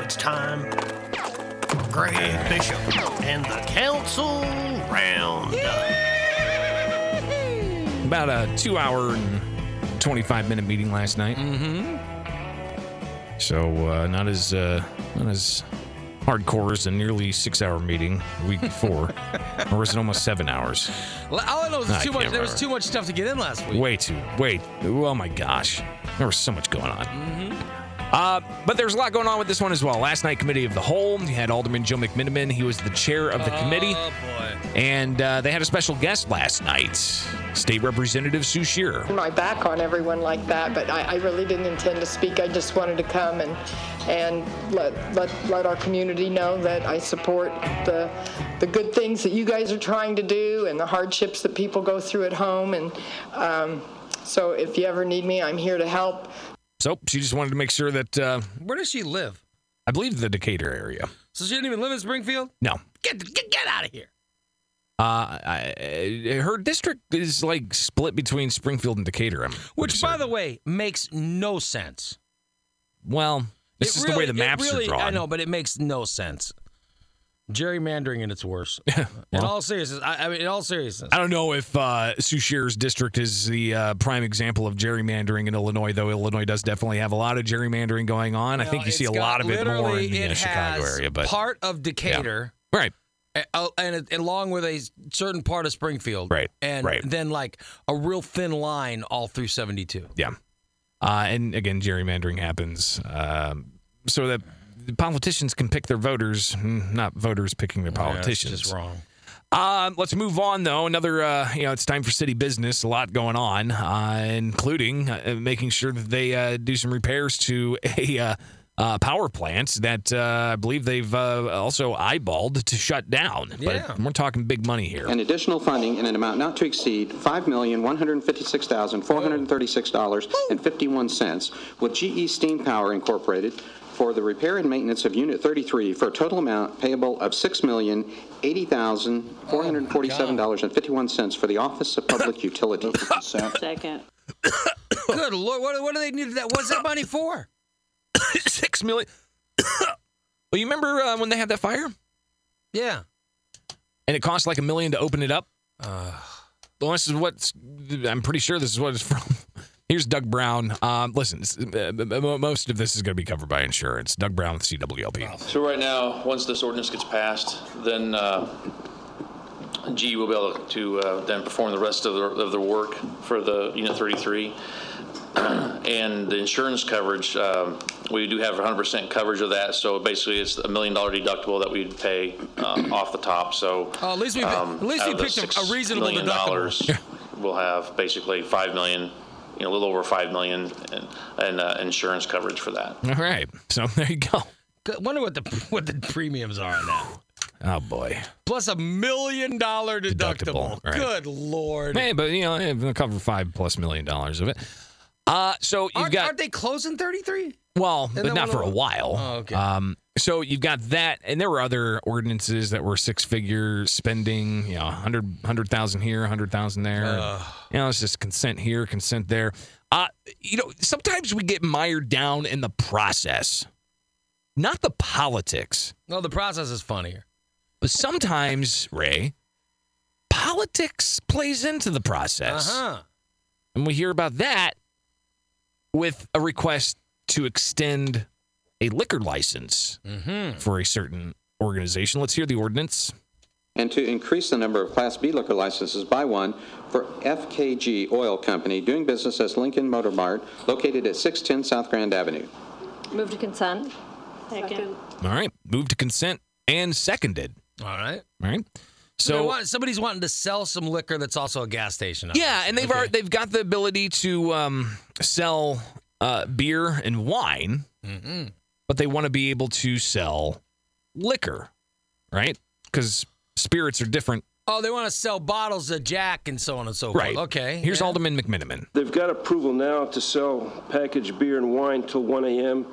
it's time. Greg Bishop and the Council Roundup. About a two hour and 25 minute meeting last night. Mm-hmm. So uh, not as uh, not as hardcore as a nearly six hour meeting the week before, or was it almost seven hours? All I know is I too much. can't There was remember. too much stuff to get in last week. Way too. Wait. Oh my gosh. There was so much going on. Uh, but there's a lot going on with this one as well. Last night, committee of the whole, you had Alderman Joe McMiniman. He was the chair of the committee, Oh boy. and uh, they had a special guest last night, State Representative Sue Shearer. my back on everyone like that, but I, I really didn't intend to speak. I just wanted to come and and let let let our community know that I support the the good things that you guys are trying to do and the hardships that people go through at home. And um, so, if you ever need me, I'm here to help. So she just wanted to make sure that uh, Where does she live? I believe the Decatur area. So she didn't even live in Springfield. No, Get get, get out of here. uh, I, I- her district is like split between Springfield and Decatur. I'm Which, by certain. the way, makes no sense. well, this It is the really- way the it maps really- are drawn. I know, but it makes no sense. Gerrymandering in its worst. in well. all seriousness, I, I mean, in all seriousness, I don't know if uh, Sue Shearer's district is the uh, prime example of gerrymandering in Illinois, though Illinois does definitely have a lot of gerrymandering going on. I think you see a lot of it more in the uh, Chicago area, but part of Decatur, right, a- a- and, it- along with a s- certain part of Springfield, Right, and right. then like a real thin line all through seventy two. yeah. Uh, and again, gerrymandering happens um, so that the politicians can pick their voters, mm, not voters picking their politicians. just wrong. Um, let's move on, though. Another, uh, you know, it's time for city business. A lot going on, uh, including uh, making sure that they uh, do some repairs to a uh, uh, power plant that uh, I believe they've uh, also eyeballed to shut down. Yeah. But we're talking big money here. and additional funding in an amount not to exceed $5,156,436.51 with GE Steam Power Incorporated for the repair and maintenance of Unit 33 for a total amount payable of $6,080,447.51 for the Office of Public Utility. Second. Good lord, what, what do they need that? What's that money for? Six million. well, you remember uh, when they had that fire, Yeah, and it cost like a million to open it up. uh, Well, this is what I'm pretty sure this is what it's from. Here's Doug Brown. Um, listen, it's- uh, m- m- most of this is going to be covered by insurance. Doug Brown with CWLP. So right now, once this ordinance gets passed, then uh, GE will be able to uh, then perform the rest of their, of their work for the Unit 33. And the insurance coverage, um, we do have 100% coverage of that, so basically it's a million dollar deductible that we'd pay um, off the top, so. um, Oh, at least we- at least we out of the picked a- $6 a reasonable uh, million deductible. dollars, We'll have basically 5 million, you know, a little over 5 million in, in uh, insurance coverage for that. All right. So there you go. Good- wonder what the what the premiums are now. Oh boy. Plus a million dollar deductible. Deductible, right. Good lord. Hey, but you know, eh, we'll cover five plus million dollars of it. Uh, so you've aren't, got aren't they closing 33? well, but then not we'll- for a while. Oh, okay. Um, so you've got that, and there were other ordinances that were six figure spending. You know, hundred hundred thousand here, hundred thousand there. Oh, and, you know, it's just consent here, consent there. Uh, you know, sometimes we get mired down in the process, not the politics. No, the process is funnier. But sometimes, Ray, politics plays into the process. Uh-huh. And we hear about that with a request to extend a liquor license Mm-hmm. for a certain organization. Let's hear the ordinance. and to increase the number of Class B liquor licenses by one for FKG Oil Company doing business as Lincoln Motor Mart located at 610 South Grand Avenue. Move to consent. Second. All right. Move to consent and seconded. All right. All right. So So somebody's wanting to sell some liquor that's also a gas station. yeah, and they've Okay. already they've got the ability to um, sell uh, beer and wine, Mm-mm. but they want to be able to sell liquor, right? Because spirits are different. Oh, they want to sell bottles of Jack and so on and so Right. forth. Okay. Here's yeah. Alderman McMiniman. They've got approval now to sell packaged beer and wine till 1 a.m.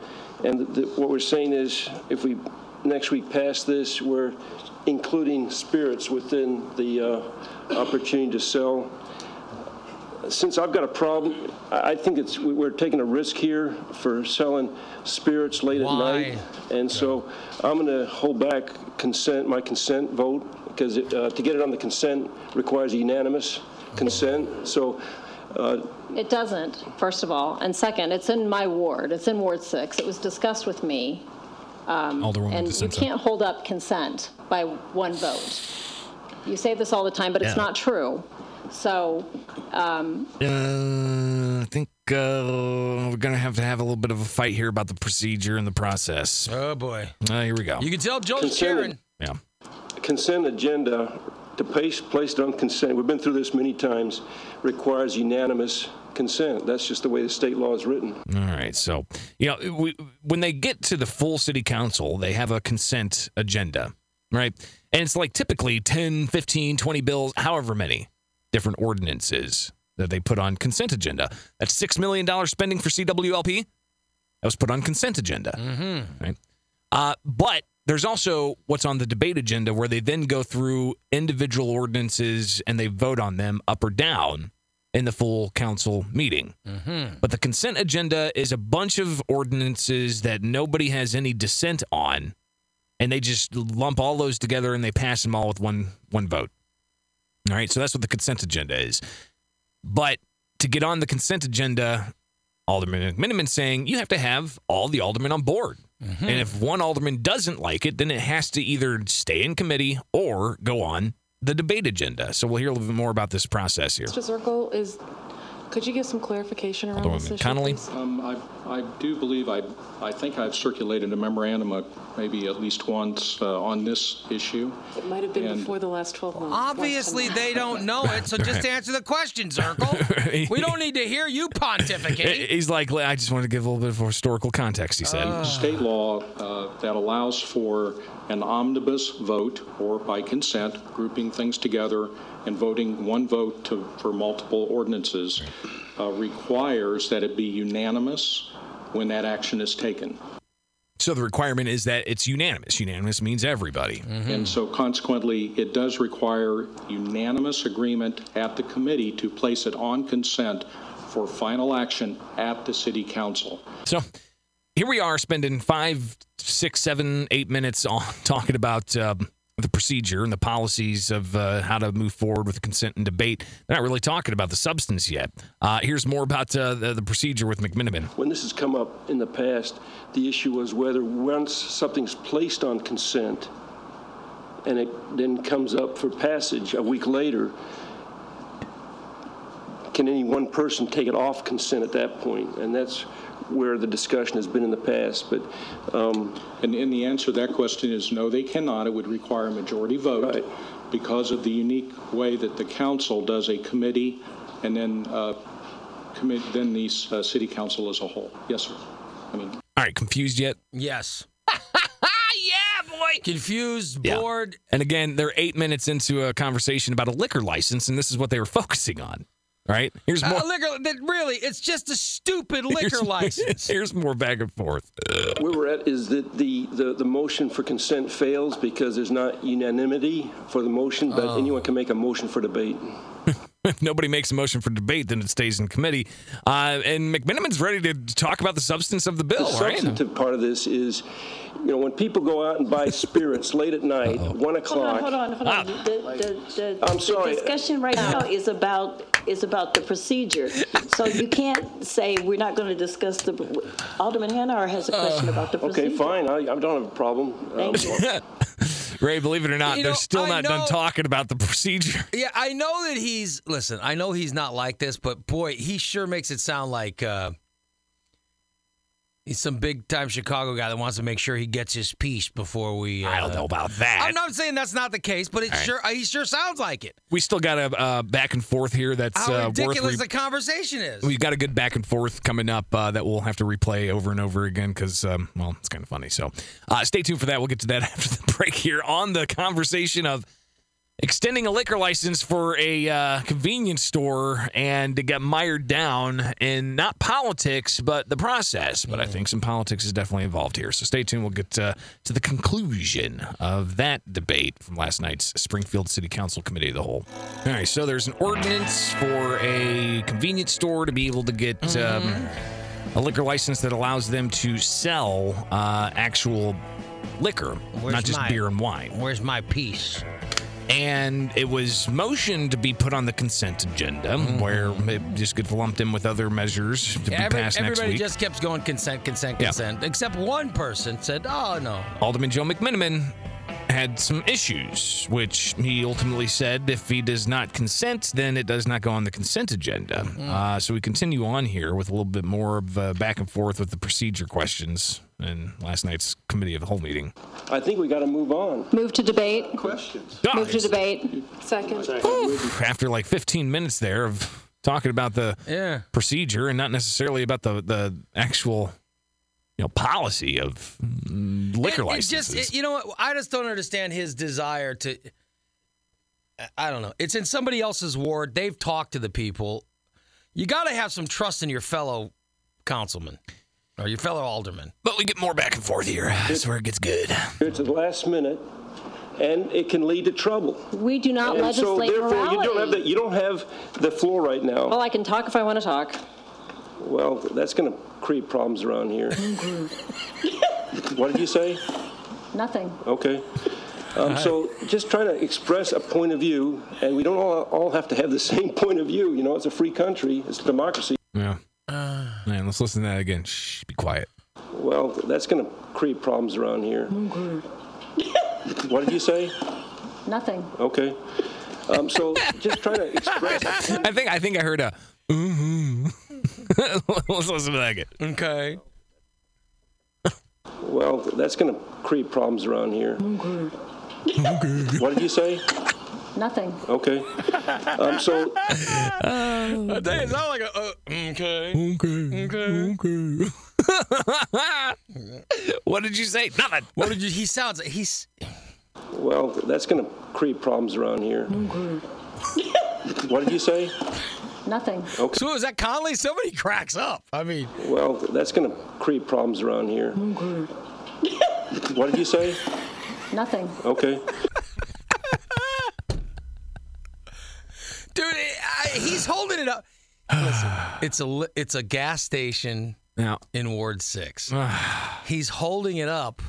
And th- what we're saying is, if we next week pass this, we're including spirits within the uh, opportunity to sell. since I've got a problem, I I think it's, we- we're taking a risk here for selling spirits late at night. And so I'm going to hold back consent, my consent vote, because it, uh, to get it on the consent requires unanimous consent. So It doesn't, first of all. And second, it's in my ward. It's in Ward 6. It was discussed with me. Alderwoman And you DeSenza. can't hold up consent by one vote. You say this all the time, but it's Yeah. not true. So Uh, I think uh, we're gonna have to have a little bit of a fight here about the procedure and the process. Oh boy. Uh, here we go. You can tell Joel's Conservative. cheering. Yeah. consent agenda, to place, place it on consent, we've been through this many times, requires unanimous consent. That's just the way the state law is written. All right. So, you know, we, when they get to the full city council, they have a consent agenda, right? And it's like typically 10, 15, 20 bills, however many different ordinances that they put on consent agenda. That's $6 million spending for CWLP. That was put on consent agenda. Mm-hmm. Right. Uh, but there's also what's on the debate agenda where they then go through individual ordinances and they vote on them up or down in the full council meeting. But the consent agenda is a bunch of ordinances that nobody has any dissent on, and they just lump all those together and they pass them all with one one vote. All right, so that's what the consent agenda is. But to get on the consent agenda, Alderman McMiniman's saying you have to have all the aldermen on board. And if one alderman doesn't like it, then it has to either stay in committee or go on the debate agenda. So we'll hear a little bit more about this process here. Mr. Zirkle, is, could you give some clarification around this Alderwoman issue, Connolly? please? Um, I, I do believe, I, I think I've circulated a memorandum, uh, maybe at least once, uh, on this issue. It might have been And- before the last 12 months. last Obviously, 10 they don't months. know it, so just answer the question, Zirkle. We don't need to hear you pontificate. He's like, I just want to give a little bit of historical context. He said, State law uh, that allows for an omnibus vote, or by consent, grouping things together and voting one vote to, for multiple ordinances, uh, requires that it be unanimous when that action is taken. so the requirement is that it's unanimous. Unanimous means everybody. And so consequently, it does require unanimous agreement at the committee to place it on consent for final action at the city council. So here we are, spending five, six, seven, eight minutes on talking about um, the procedure and the policies of uh, how to move forward with consent and debate. They're not really talking about the substance yet. Uh, here's more about uh, the, the procedure with McMiniman. When this has come up in the past, the issue was whether once something's placed on consent and it then comes up for passage a week later, can any one person take it off consent at that point? And that's where the discussion has been in the past, but um, And, and the answer to that question is no, they cannot. It would require a majority Right. vote because of the unique way that the council does a committee and then, uh, commit, then the uh, city council as a whole. Yes, sir. I mean, All right, confused yet? Yes. yeah, boy. Confused, Yeah. bored. And again, they're eight minutes into a conversation about a liquor license, and this is what they were focusing on. All right, here's more. Uh, liquor. That really, it's just a stupid liquor here's, license. Here's more back and forth. where we're at is that the, the, the motion for consent fails because there's not unanimity for the motion, but anyone can make a motion for debate. if nobody makes a motion for debate, then it stays in committee. Uh, and McMiniman's ready to talk about the substance of the bill, The right? substantive part of this is, you know, when people go out and buy spirits late at night, one Hold on, o'clock. hold on, hold on. The, the, the, I'm the sorry. discussion right now is about, is about the procedure. So you can't say, we're not going to discuss the, Alderman Hanauer has a question about the procedure. Uh, Okay, fine. I, I don't have a problem. Um, Thank you. Ray, believe it or not, You they're know, still I not done know- talking about the procedure. yeah, I know that he's. Listen, I know he's not like this, but boy, he sure makes it sound like uh, he's some big time Chicago guy that wants to make sure he gets his piece before we. Uh, I don't know about that. I'm not saying that's not the case, but it All right. sure uh, he sure sounds like it. we still got a uh, back and forth here that's How uh, worth. ridiculous Re- the conversation is. We've got a good back and forth coming up uh, that we'll have to replay over and over again because, um, well, it's kind of funny. So uh, stay tuned for that. We'll get to that after the break here on the conversation of extending a liquor license for a uh, convenience store and it got mired down in not politics but the process but i think some politics is definitely involved here so stay tuned we'll get uh, to the conclusion of that debate from last night's springfield city council committee of the whole all right so there's an ordinance for a convenience store to be able to get um, a liquor license that allows them to sell uh, actual liquor Where's not just my- beer and wine Where's my piece? and it was motioned to be put on the consent agenda, Mm-hmm. where it just gets lumped in with other measures to Yeah, be every- passed next everybody week. just kept going consent, consent, Yeah. consent. Except one person said, "Oh no, Alderman Joe McMiniman had some issues, which he ultimately said if he does not consent, then it does not go on the consent agenda. Mm-hmm. Uh, so we continue on here with a little bit more of uh, back and forth with the procedure questions in last night's committee of the whole meeting. I think we got to move on. Move to debate. Questions? Move to debate. Second. After like 15 minutes there of talking about the yeah." procedure and not necessarily about the the actual you know policy of mm, liquor It- it licenses. Just, it- you know what? I just don't understand his desire to. I- I don't know. It's in somebody else's ward. They've talked to the people. You got to have some trust in your fellow councilman or your fellow alderman. but we get more back and forth here. That's where it gets good. It's the last minute, and it can lead to trouble. We do not And so legislate therefore, you don't have morality. the, you don't have the floor right now. Well, I can talk if I want to talk. Well, that's going to create problems around here. What did you say? Nothing. Okay. Um, so just trying to express a point of view, and we don't all, all have to have the same point of view. You know, it's a free country, it's a democracy. Yeah. uh, Man, let's listen to that again. Shh, be quiet. Well, that's going to create problems around here. What did you say? Nothing. Okay. Um, so just trying to express. I think I think I heard a. Mm-hmm. let's listen to that again. Okay. Well, that's going to create problems around here. What did you say? Nothing. Okay. Um, so It's not like a, uh, okay. Okay. Okay. Okay. what did you say? Nothing. What did you? He sounds. He's. Well, that's going to create problems around here. What did you say? Nothing. So is that Conley? Somebody cracks up. I mean, Well, that's going to create problems around here. What did you say? Nothing. Okay. dude, I, he's holding it up. Listen, it's a li- it's a gas station Now, in Ward Six. he's holding it up.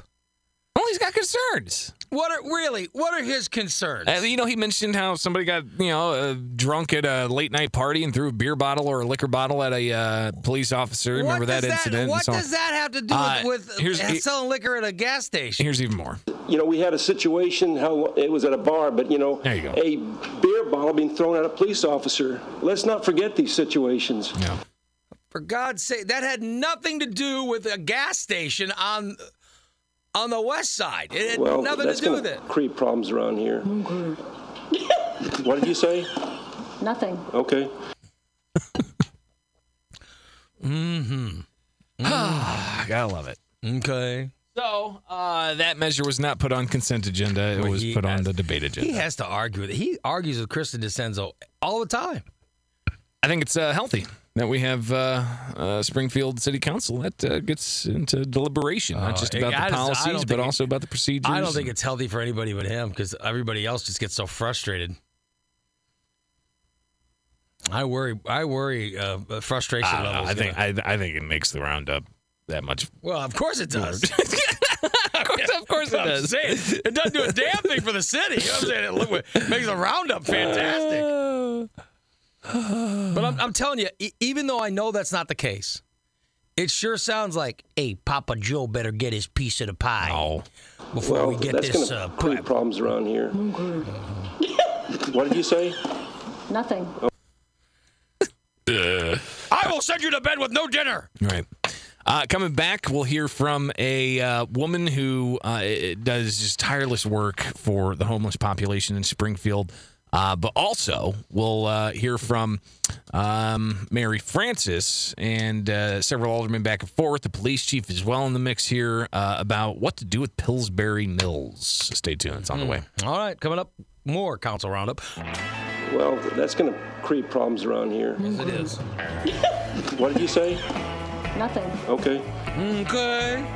well, he's got concerns. What are really? What are his concerns? Uh, you know, he mentioned how somebody got you know uh, drunk at a late night party and threw a beer bottle or a liquor bottle at a uh, police officer. Remember what that does incident? and What so on. does that have to do Uh, with, with here's- uh, selling liquor at a gas station? Here's even more. You know, we had a situation. How it was at a bar, but you know, There you go. a beer bottle being thrown at a police officer. Let's not forget these situations. Yeah. For God's sake, that had nothing to do with a gas station on on the west side. It had Well, nothing to that's do going with to it. create problems around here. What did you say? Nothing. Okay. I Ah, gotta love it. Okay. So uh, that measure was not put on consent agenda. It Well, was he put on has- the debate agenda. He has to argue with it. He argues with Kristen DeCenzo all the time. I think it's uh, healthy that we have uh, uh, Springfield City Council that uh, gets into deliberation, not Oh, just it- about I the just- I don't policies, think but it- also about the procedures. I don't think it's healthy for anybody but him because everybody else just gets so frustrated. I worry. I worry. Uh, frustration I, don't know. levels. Ah, I think I, I think it makes the roundup that much. Well, of course it does. of course, of course it I'm does. saying, it doesn't do a damn thing for the city. You know what I'm saying? It look- it makes the roundup fantastic. But I'm, I'm telling you, e- even though I know that's not the case, it sure sounds like, hey, Papa Joe better get his piece of the pie Oh, before Well, we get that's going this to uh, create crap. problems around here. What did you say? Nothing. I will send you to bed with no dinner. Right. Uh, coming back, we'll hear from a uh, woman who uh, does just tireless work for the homeless population in Springfield. Uh, but also, we'll uh, hear from um, Mary Francis and uh, several aldermen back and forth, the police chief as well in the mix Hmm. here, uh, about what to do with Pillsbury Mills. Stay tuned, it's on the way. All right, coming up more council roundup. Well, that's going to create problems around here. Yes, it is. What did you say? Nothing. Okay. Okay.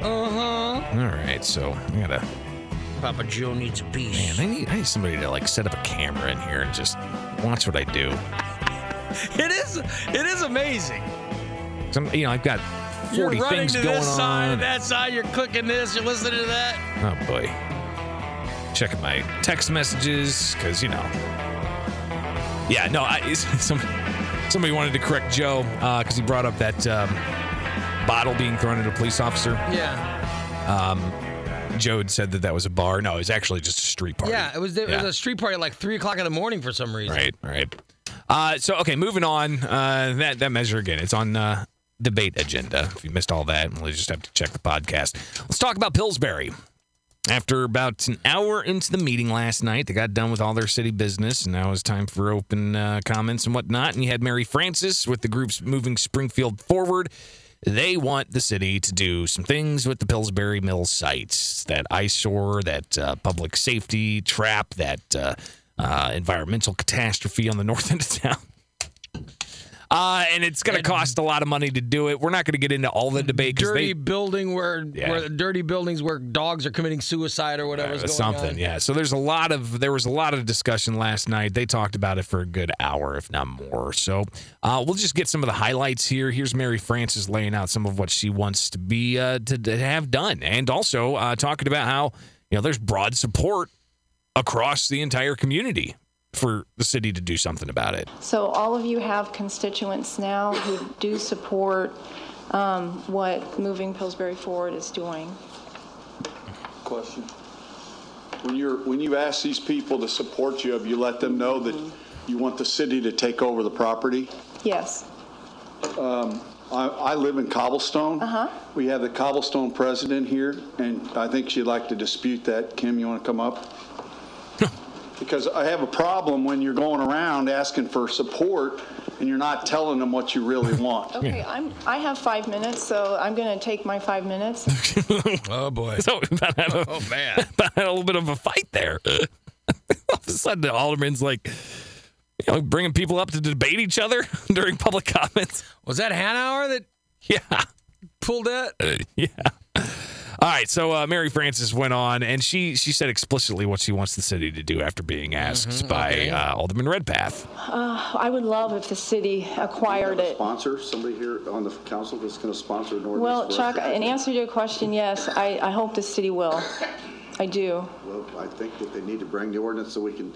Uh huh. All right, so I gotta. Papa Joe needs a piece. Man, I need, I need somebody to like set up a camera in here and just watch what I do. It is. It is amazing. 'Cause I'm- you know, I've got 40 You're running things to going this on. side, and that side. You're clicking this. You're listening to that. Oh boy. Checking my text messages because you know. Yeah, no, I, it's- some, somebody wanted to correct Joe because he brought up that um, bottle being thrown at a police officer. Yeah. Joe had said that that was a bar. No, it was actually just a street party. Yeah. It was. It was a street party at like three o'clock in the morning for some reason. Right, right. Uh, so okay, moving on. Uh, that that measure again, it's on uh, debate agenda. If you missed all that, we'll just have to check the podcast. Let's talk about Pillsbury. After about an hour into the meeting last night, they got done with all their city business, and now it's time for open uh, comments and whatnot. And you had Mary Francis with the group's moving Springfield forward. They want the city to do some things with the Pillsbury Mill sites that eyesore, that uh, public safety trap, that uh, uh, environmental catastrophe on the north end of town. Uh, and it's going to cost a lot of money to do it. We're not going to get into all the debate because Dirty they building where, Yeah. where dirty buildings where dogs are committing suicide or whatever's Uh, going something on. yeah so there's a lot of there was a lot of discussion last night they talked about it for a good hour if not more so uh, we'll just get some of the highlights here here's mary frances laying out some of what she wants to be uh, to, to have done and also uh, talking about how you know there's broad support across the entire community for the city to do something about it So all of you have constituents now who do support um, what Moving Pillsbury Forward is doing. Question. When you're, when you ask these people to support you, have you let them know that you want the city to take over the property? Yes. I, I live in Cobblestone. Uh-huh. We have the Cobblestone president here, and I think she'd like to dispute that. Kim, you want to come up? Because I have a problem when you're going around asking for support and you're not telling them what you really want. Okay, I'm, I have five minutes, so I'm going to take my five minutes. Oh boy. so about had a, Oh man. about had a little bit of a fight there all of a sudden the alderman's like you know, bringing people up to debate each other during public comments Was that Hanauer that Yeah. pulled that? Yeah. All right, so uh, Mary Frances went on, and she she said explicitly what she wants the city to do after being asked by uh, Alderman Redpath. I would love if the city acquired it. Sponsor, somebody here on the council that's going to sponsor an ordinance. Well, for us? Chuck, in answer to your question, yes, I, I hope the city will. I do. Well, I think that they need to bring the ordinance so we can,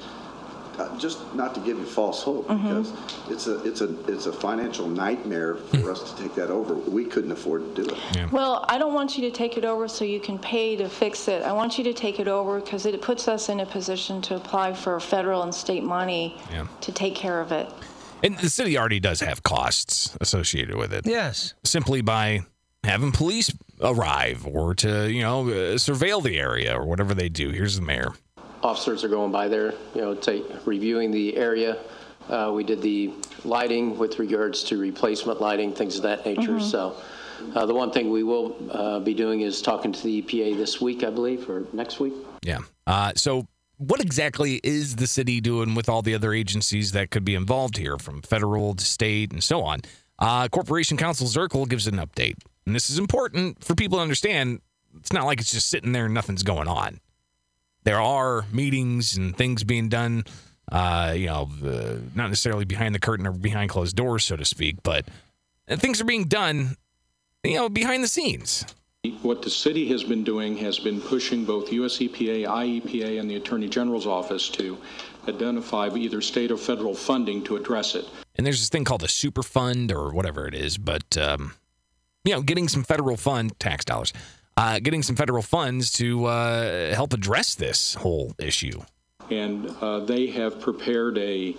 uh, just not to give you false hope, because it's a, it's a, it's a financial nightmare for us to take that over. We couldn't afford to do it. Well, I don't want you to take it over so you can pay to fix it. I want you to take it over because it puts us in a position to apply for federal and state money Yeah. to take care of it. And the city already does have costs associated with it, Yes. simply by having police arrive or to you know uh, surveil the area or whatever they do. Here's the mayor. officers are going by there, you know, take, reviewing the area. Uh, we did the lighting with regards to replacement lighting, things of that nature. So, uh, the one thing we will, uh, be doing is talking to the EPA this week, I believe, or next week. Yeah. Uh, so, what exactly is the city doing with all the other agencies that could be involved here, from federal to state and so on? Uh, Corporation Counsel Zirkle gives an update. And this is important for people to understand it's not like it's just sitting there and nothing's going on. There are meetings and things being done, uh, you know, uh, not necessarily behind the curtain or behind closed doors, so to speak, but uh, things are being done, you know, behind the scenes. What the city has been doing has been pushing both E US EPA, IEPA, and the Attorney General's Office to identify either state or federal funding to address it. and there's this thing called a super fund or whatever it is but um, you know getting some federal fund tax dollars uh, getting some federal funds to uh, help address this whole issue and uh, they have prepared a,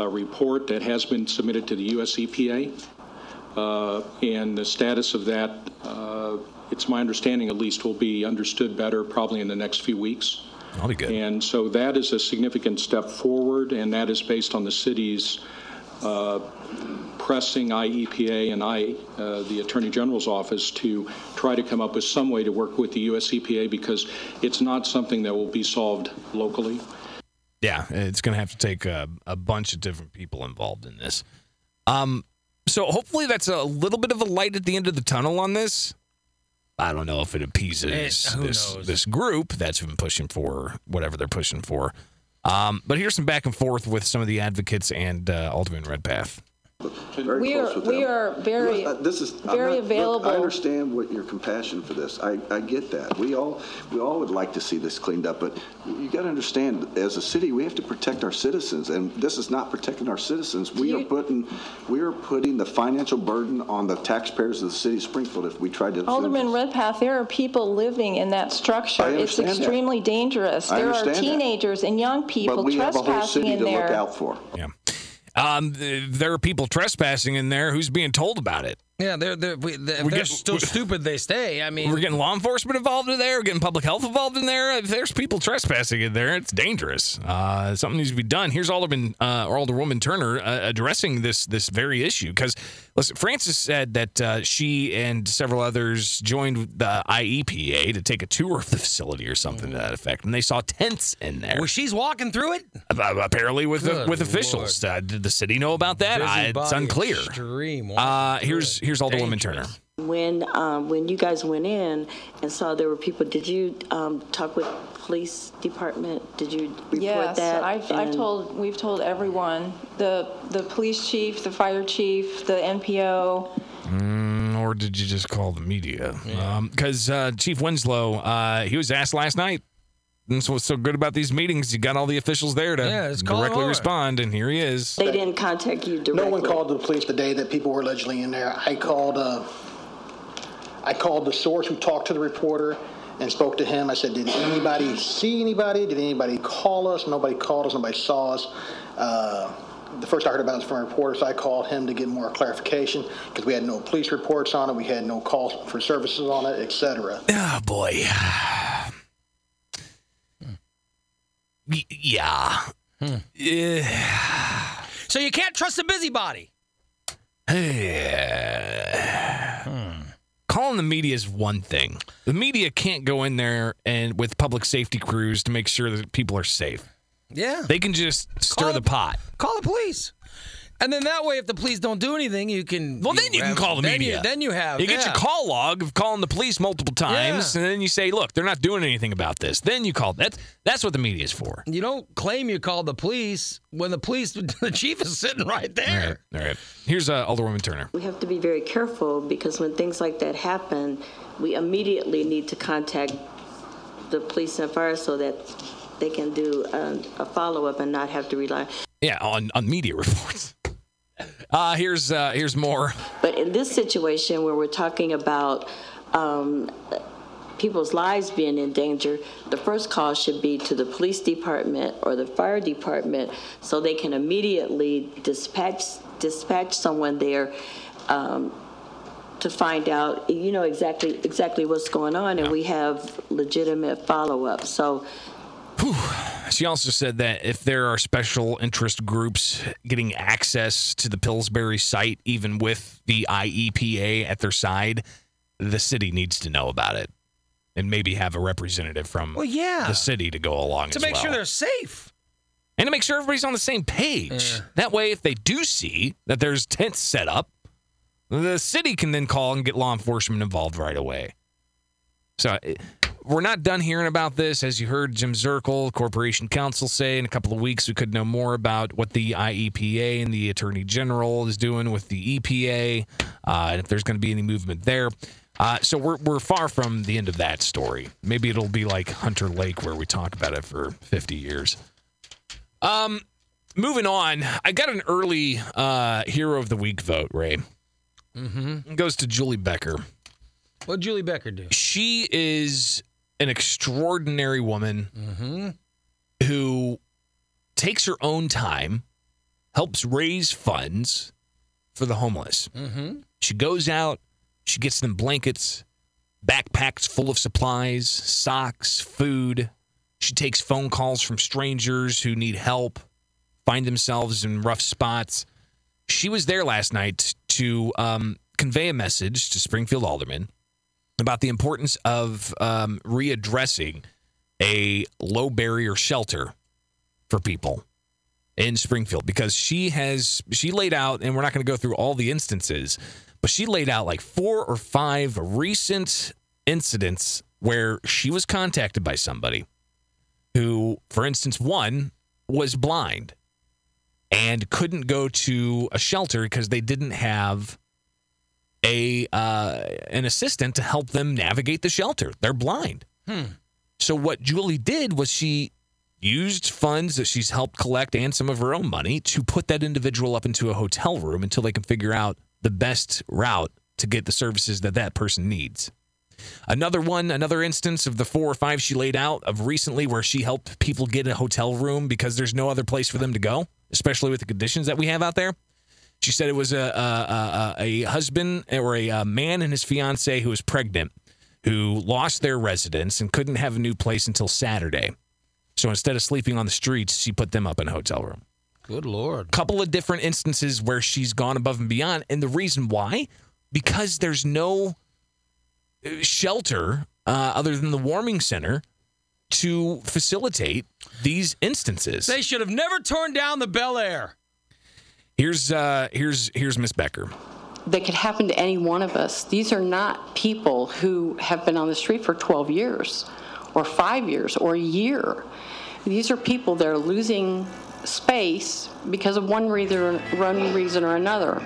a report that has been submitted to the U.S. EPA. Uh, and the status of that, uh, it's my understanding at least, will be understood better probably in the next few weeks. i'll be good And so that is a significant step forward, and that is based on the city's uh, pressing IEPA E and I, uh, the Attorney General's office, to try to come up with some way to work with the US EPA because it's not something that will be solved locally. Yeah, it's going to have to take a, a bunch of different people involved in this. Um, so hopefully that's a little bit of a light at the end of the tunnel on this. I don't know if it appeases Eh, who this knows? this group that's been pushing for whatever they're pushing for. Um, but here's some back and forth with some of the advocates and uh, Alderman Redpath. Very We close are- with we them. are very- Look, uh, this is, I'm very not- look, available. I understand what your compassion for this. I, I get that. We all, we all would like to see this cleaned up, but you got to understand, as a city, we have to protect our citizens, and this is not protecting our citizens. We are putting, we are putting the financial burden on the taxpayers of the city of Springfield if we try to. Alderman Redpath, there are people living in that structure. I It's understand that. extremely dangerous. I There are understand that. teenagers and young But people we have a whole trespassing city in to look there. out for. Yeah. Um, th- there are people trespassing in there. Who's being told about it? Yeah, they're they're, we, they're, We're they're getting- still stupid. They stay. I mean, We're getting law enforcement involved in there. We're getting public health involved in there. If there's people trespassing in there, it's dangerous. Uh, something needs to be done. Here's Alderman uh, or Alderwoman Turner uh, addressing this this very issue because listen, Francis said that uh, she and several others joined the IEPA to take a tour of the facility or something to that effect, and they saw tents in there. well, she's walking through Uh, it. Apparently, with Good with officials, uh, did the city know about that? I, it's Busybody unclear. Extreme. Uh, here's here's Alderwoman Turner. When um, when you guys went in and saw there were people, did you um, talk with police department? Did you report Yes, that? I've, I've And- told, we've told everyone, the, the police chief, the fire chief, the NPO. Mm, or did you just call the media? Because uh, Chief Winslow, uh, he was asked last night. And that's what's so good about these meetings. You got all the officials there to Yeah, just call them directly over. respond, and here he is. They didn't contact you directly. No one called the police the day that people were allegedly in there. I called, uh, I called the source who talked to the reporter and spoke to him. I said, did anybody see anybody? Did anybody call us? Nobody called us, nobody saw us. Uh, the first I heard about it was from a reporter, so I called him to get more clarification because we had no police reports on it, we had no calls for services on it, et cetera. Oh boy. Y- yeah. Yeah. So you can't trust a busybody. Calling the media is one thing. The media can't go in there and with public safety crews to make sure that people are safe. Yeah. They can just stir the pot. Call the police. And then that way, if the police don't do anything, you can. Well, then you can have- call the then media. You, then you have. You get yeah. your call log of calling the police multiple times, and then you say, "Look, they're not doing anything about this." Then you call. That's that's what the media is for. You don't claim you called the police when the police, the chief is sitting right there. All right. Here's uh, Alderwoman Turner. We have to be very careful because when things like that happen, we immediately need to contact the police and fire so that they can do a, a follow up and not have to rely. Yeah, on on media reports. Uh, here's uh, here's more. But in this situation where we're talking about um, people's lives being in danger, the first call should be to the police department or the fire department so they can immediately dispatch dispatch someone there um, to find out you know exactly exactly what's going on and we have legitimate follow up. So She also said that if there are special interest groups getting access to the Pillsbury site, even with the IEPA at their side, the city needs to know about it, and maybe have a representative from Well, yeah. the city to go along to as make well. sure they're safe. and to make sure everybody's on the same page. That way, if they do see that there's tents set up, the city can then call and get law enforcement involved right away. So eh, we're not done hearing about this. As you heard Jim Zirkle, Corporation Counsel, say in a couple of weeks, we could know more about what the IEPA and the Attorney General is doing with the EPA, uh, and if there's going to be any movement there. Uh, so we're, we're far from the end of that story. Maybe it'll be like Hunter Lake, where we talk about it for 50 years. Um, moving on, I got an early uh, hero of the week vote. Ray Mm-hmm. It goes to Julie Becker. What Julie Becker do? She is an extraordinary woman Mm-hmm. who takes her own time, helps raise funds for the homeless. Mm-hmm. She goes out, she gets them blankets, backpacks full of supplies, socks, food. She takes phone calls from strangers who need help, find themselves in rough spots. She was there last night to um, convey a message to Springfield aldermen about the importance of um, readdressing a low barrier shelter for people in Springfield because she has she laid out and we're not going to go through all the instances but she laid out like four or five recent incidents where she was contacted by somebody who for instance one was blind and couldn't go to a shelter because they didn't have a uh, an assistant to help them navigate the shelter they're blind Hmm. so what Julie did was she used funds that she's helped collect and some of her own money to put that individual up into a hotel room until they can figure out the best route to get the services that that person needs. Another one, another instance of the four or five she laid out of recently where she helped people get a hotel room because there's no other place for them to go, especially with the conditions that we have out there. She said it was a a, a, a husband or a, uh man and his fiance who was pregnant, who lost their residence and couldn't have a new place until Saturday. So instead of sleeping on the streets, she put them up in a hotel room. Good lord. Couple of different instances where she's gone above and beyond, and the reason why, because there's no uh, shelter uh, other than the warming center to facilitate these instances. They should have never turned down the Bel Air. Here's uh, here's here's Miss Becker. that could happen to any one of us. These are not people who have been on the street for 12 years or five years or a year. These are people that are losing space because of one reason, one reason or another.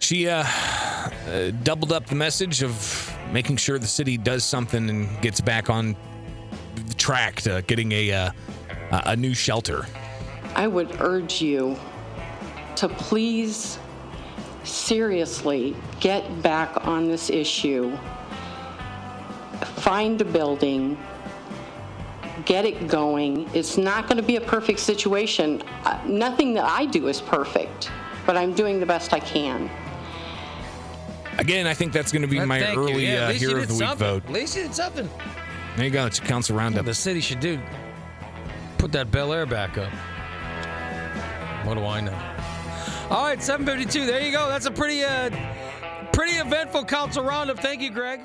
She uh, uh, doubled up the message of making sure the city does something and gets back on the track to getting a uh, a a new shelter. I would urge you to please seriously get back on this issue. Find a building, get it going. It's not going to be a perfect situation. Uh, Nothing that I do is perfect, but I'm doing the best I can. Again, I think that's going to be my Thank you. early Yeah, at uh, least you hero of did the week something. vote. At least you did something. There you go. It's your council roundup. The city should do. Put that Bel Air back up. What do I know? All right, 752. There you go. That's a pretty, uh, pretty eventful council roundup. Thank you, Greg.